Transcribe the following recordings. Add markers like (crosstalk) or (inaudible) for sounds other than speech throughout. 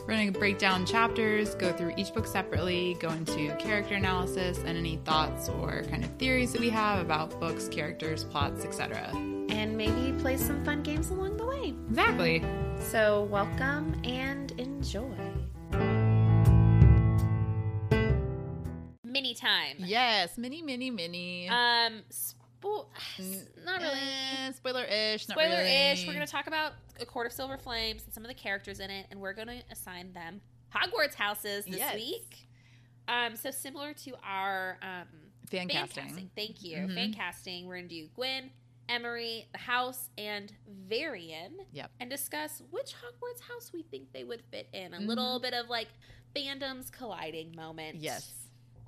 We're going to break down chapters, go through each book separately, go into character analysis and any thoughts or kind of theories that we have about books, characters, plots, etc. And maybe play some fun games along the way. Exactly. So welcome and enjoy. Mini time. Yes, mini, mini, mini. Um, spo- (sighs) Mm, not really. eh, spoiler-ish. Not Spoiler ish. really. We're going to talk about A Court of Silver Flames and some of the characters in it, and we're going to assign them Hogwarts houses this Yes. week. Um, so similar to our um, fan, fan casting. Thank you. Mhm. Fan casting. We're going to do Gwen, Emery, the house, and Varian Yep. and discuss which Hogwarts house we think they would fit in. A little bit of like fandoms colliding moment. Mm-hmm. Yes.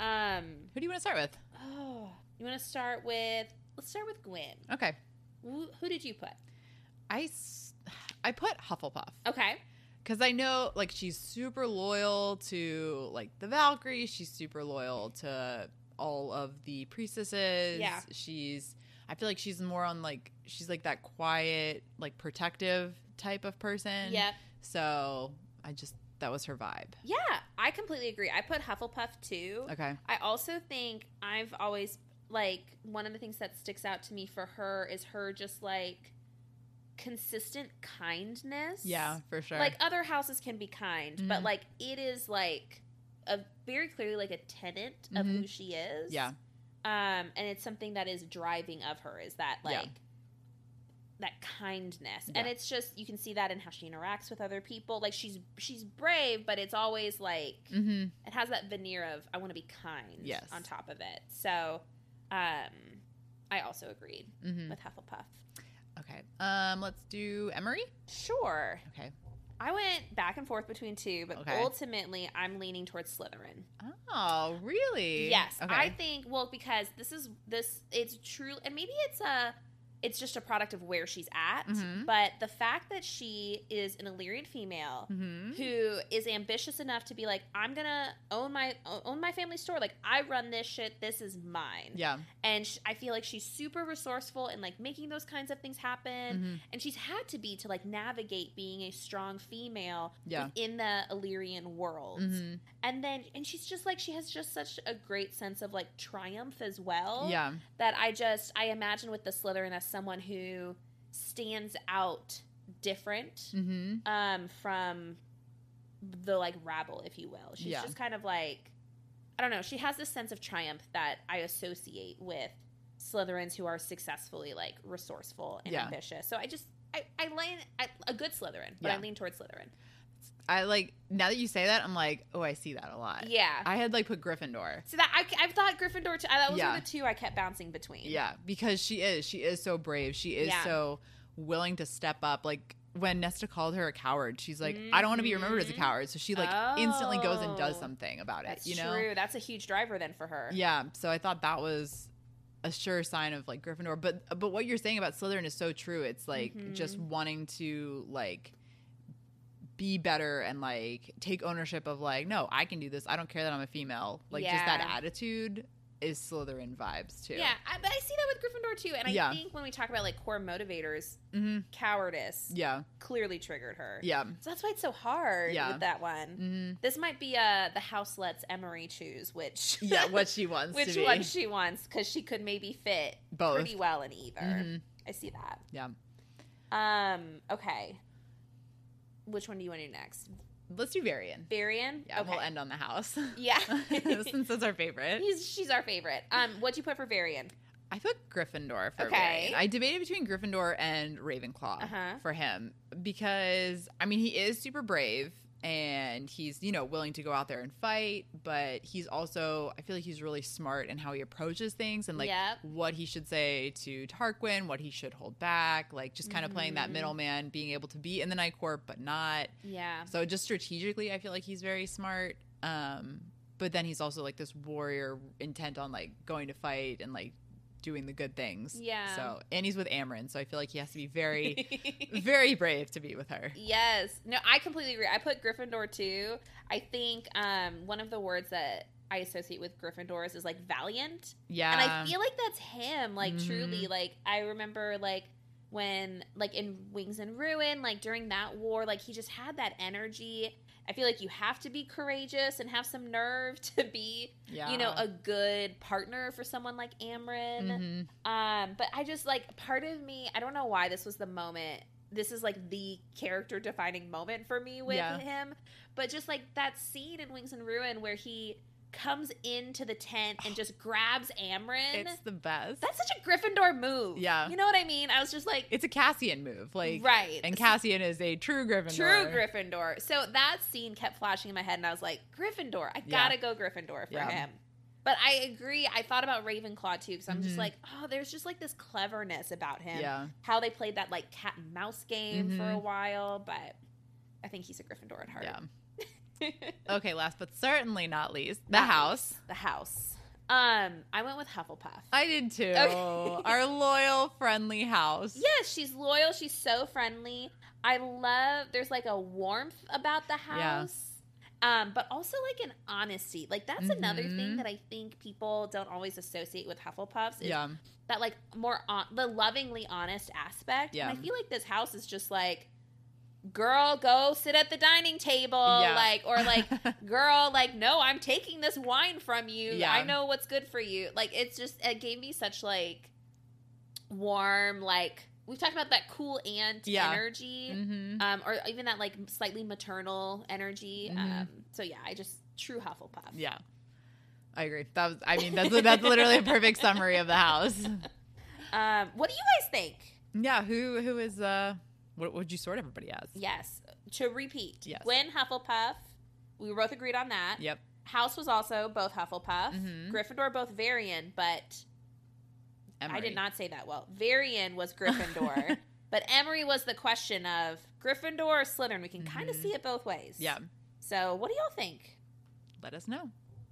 Um, Who do you want to start with? oh, you want to start with, let's start with Gwen. Okay. Who, who did you put? I, s- I put Hufflepuff. Okay. because I know like she's super loyal to like the Valkyries. She's super loyal to all of the priestesses. Yeah. she's. I feel like she's more on like she's like that quiet, like protective type of person. Yep. So I just that was her vibe. Yeah, I completely agree. I put Hufflepuff too. Okay. I also think I've always like one of the things that sticks out to me for her is her just like consistent kindness. Yeah, for sure. Like other houses can be kind, but Mhm. like it is like a very clearly like a tenant of Mhm. who she is. yeah, Um, and it's something that is driving of her is that like Yeah. that kindness. Yeah. And it's just you can see that in how she interacts with other people. Like she's she's brave, but it's always like mm-hmm. it has that veneer of I want to be kind Yes. on top of it. So um I also agreed Mm-hmm. with Hufflepuff. okay. Um, let's do Emery. Sure. Okay. I went back and forth between two, but Okay. ultimately I'm leaning towards Slytherin. Oh, really? Yes, Okay. I think well because this is this it's true and maybe it's a it's just a product of where she's at, Mhm. but the fact that she is an Illyrian female hmm who is ambitious enough to be like I'm going to own my own my family store, like I run this shit, this is mine. Yeah. And sh- I feel like she's super resourceful in like making those kinds of things happen Mhm. and she's had to be to like navigate being a strong female Yeah. within the Illyrian world Mhm. and then and she's just like she has just such a great sense of like triumph as well Mm-hmm. Yeah. that i just i imagine with the slytherin as someone who stands out different Mm-hmm. um from the like rabble if you will she's Yeah. just kind of like i don't know she has this sense of triumph that i associate with slytherins who are successfully like resourceful and Yeah. ambitious so i just i i lean I, a good slytherin but i Yeah. lean towards slytherin I like now that you say that, I'm like, oh, I see that a lot. yeah I had like put Gryffindor. So that I, I've thought Gryffindor. Too. I- That was one Yeah. of the two I kept bouncing between. Yeah, because she is. She is so brave. She is Yeah. so willing to step up. Like when Nesta called her a coward, she's like, I don't want to be remembered as a Mhm. coward. So she like instantly goes and does Oh. something about it, that's you know? true. That's a huge driver then for her. Yeah. So I thought that was a sure sign of like Gryffindor. But but what you're saying about Slytherin is so true. It's like just Mm-hmm. wanting to like be better and like take ownership of like, no, I can do this. I don't care that I'm a female. Like just that Yeah. attitude is Slytherin vibes too. yeah. I, but I see that with Gryffindor too, and I Yeah. think when we talk about like core motivators, hmm cowardice Yeah. clearly triggered her. Yeah. So that's why it's so hard Yeah. with that one. hmm This might be uh the house lets Emery choose which (laughs) (laughs) Yeah. What she wants to which be. one she wants because she could maybe fit Both. pretty well in either. Mhm. I see that. Yeah. Um. Okay. Which one do you want to do next? Let's do Varian. Varian. Yeah, we'll end on (laughs) the house (laughs) Yeah. since that's our favorite. He's, she's our favorite. Um, what'd you put for Varian? I feel like Gryffindor for Okay. Varian. I debated between Gryffindor and Ravenclaw Uh-huh. for him because I mean he is super brave and he's you know willing to go out there and fight, but he's also I feel like he's really smart in how he approaches things and like Yep. what he should say to Tarquin, what he should hold back, like just kind of playing that Mhm. middleman, being able to be in the Night Court but not. Yeah. So just strategically, I feel like he's very smart. Um, but then he's also like this warrior intent on like going to fight and like doing the good things. Yeah. So and he's with Amryn, so I feel like he has to (laughs) be very, (laughs) very brave to be with her. Yes. No, I completely agree. I put Gryffindor too. I think um, one of the words that I associate with Gryffindors is like valiant. Yeah. and I feel like that's him, like Mhm. truly. Like I remember like when like in Wings and Ruin, like during that war, like he just had that energy. I feel like you have to be courageous and have some nerve (laughs) to be, yeah. you know, a good partner for someone like Amryn. Mhm. Um, but I just like part of me, I don't know why this was the moment. This is like the character defining moment for me with Yeah. him. But just like that scene in Wings and Ruin where he comes into the tent and just grabs Amryn. It's the best. That's such a Gryffindor move. Yeah. You know what I mean? I was just like, it's a Cassian move, like right. And Cassian is a true Gryffindor. True Gryffindor. So that scene kept flashing in my head, and I was like, Gryffindor. I Yeah. gotta go Gryffindor for Yeah. him. But I agree. I thought about Ravenclaw too, because I'm Mhm. just like, oh, there's just like this cleverness about him. Yeah. How they played that like cat and mouse game for a Mhm. while, but I think he's a Gryffindor at heart. Yeah. Okay. Last but certainly not least, the house. (laughs) the house. Um, I went with Hufflepuff. I did too. Okay. Our loyal, friendly house. Yes, she's loyal. She's so friendly. I love. There's like a warmth about the Yeah. house, um, but also like an honesty. Like that's another thing Mhm. that I think people don't always associate with Hufflepuffs. Is Yeah. That like more on, the lovingly honest aspect. Yeah. And I feel like this house is just like, girl, go sit at the dining table. Yeah. Like or like. (laughs) Girl, like, no, I'm taking this wine from you. Yeah. I know what's good for you. Like, it's just, it gave me such, like, warm, like we've talked about that cool aunt Yeah. energy, Mhm. um, or even that like slightly maternal energy. Mhm. Um, so yeah, I just true Hufflepuff. Yeah. I agree. That was I mean that's that's literally a perfect summary of the house. Um, what do you guys think? Yeah, who who is uh what would you sort everybody as? Yes. To repeat, Yes. Gwen Hufflepuff. We both agreed on that. Yep. House was also both Hufflepuff. Mhm. Gryffindor both Varian, but I Emery. did not say that well. Varian was (laughs) Gryffindor, but Emery was the question of Gryffindor or Slytherin. We can kind of Mhm. see it both ways. Yeah. So, what do y'all think? Let us know.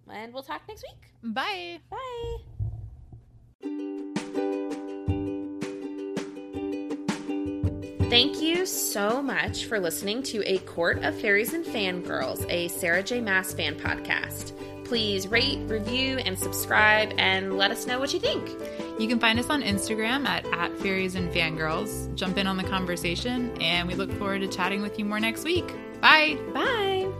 And we'll talk next week. Bye. Bye. Thank you so much for listening to A Court of Fairies and Fangirls, a Sarah J. Mass fan podcast. Please rate, review, and subscribe, and let us know what you think. You can find us on Instagram at, at fairies and fangirls. Jump in on the conversation and we look forward to chatting with you more next week. Bye. Bye.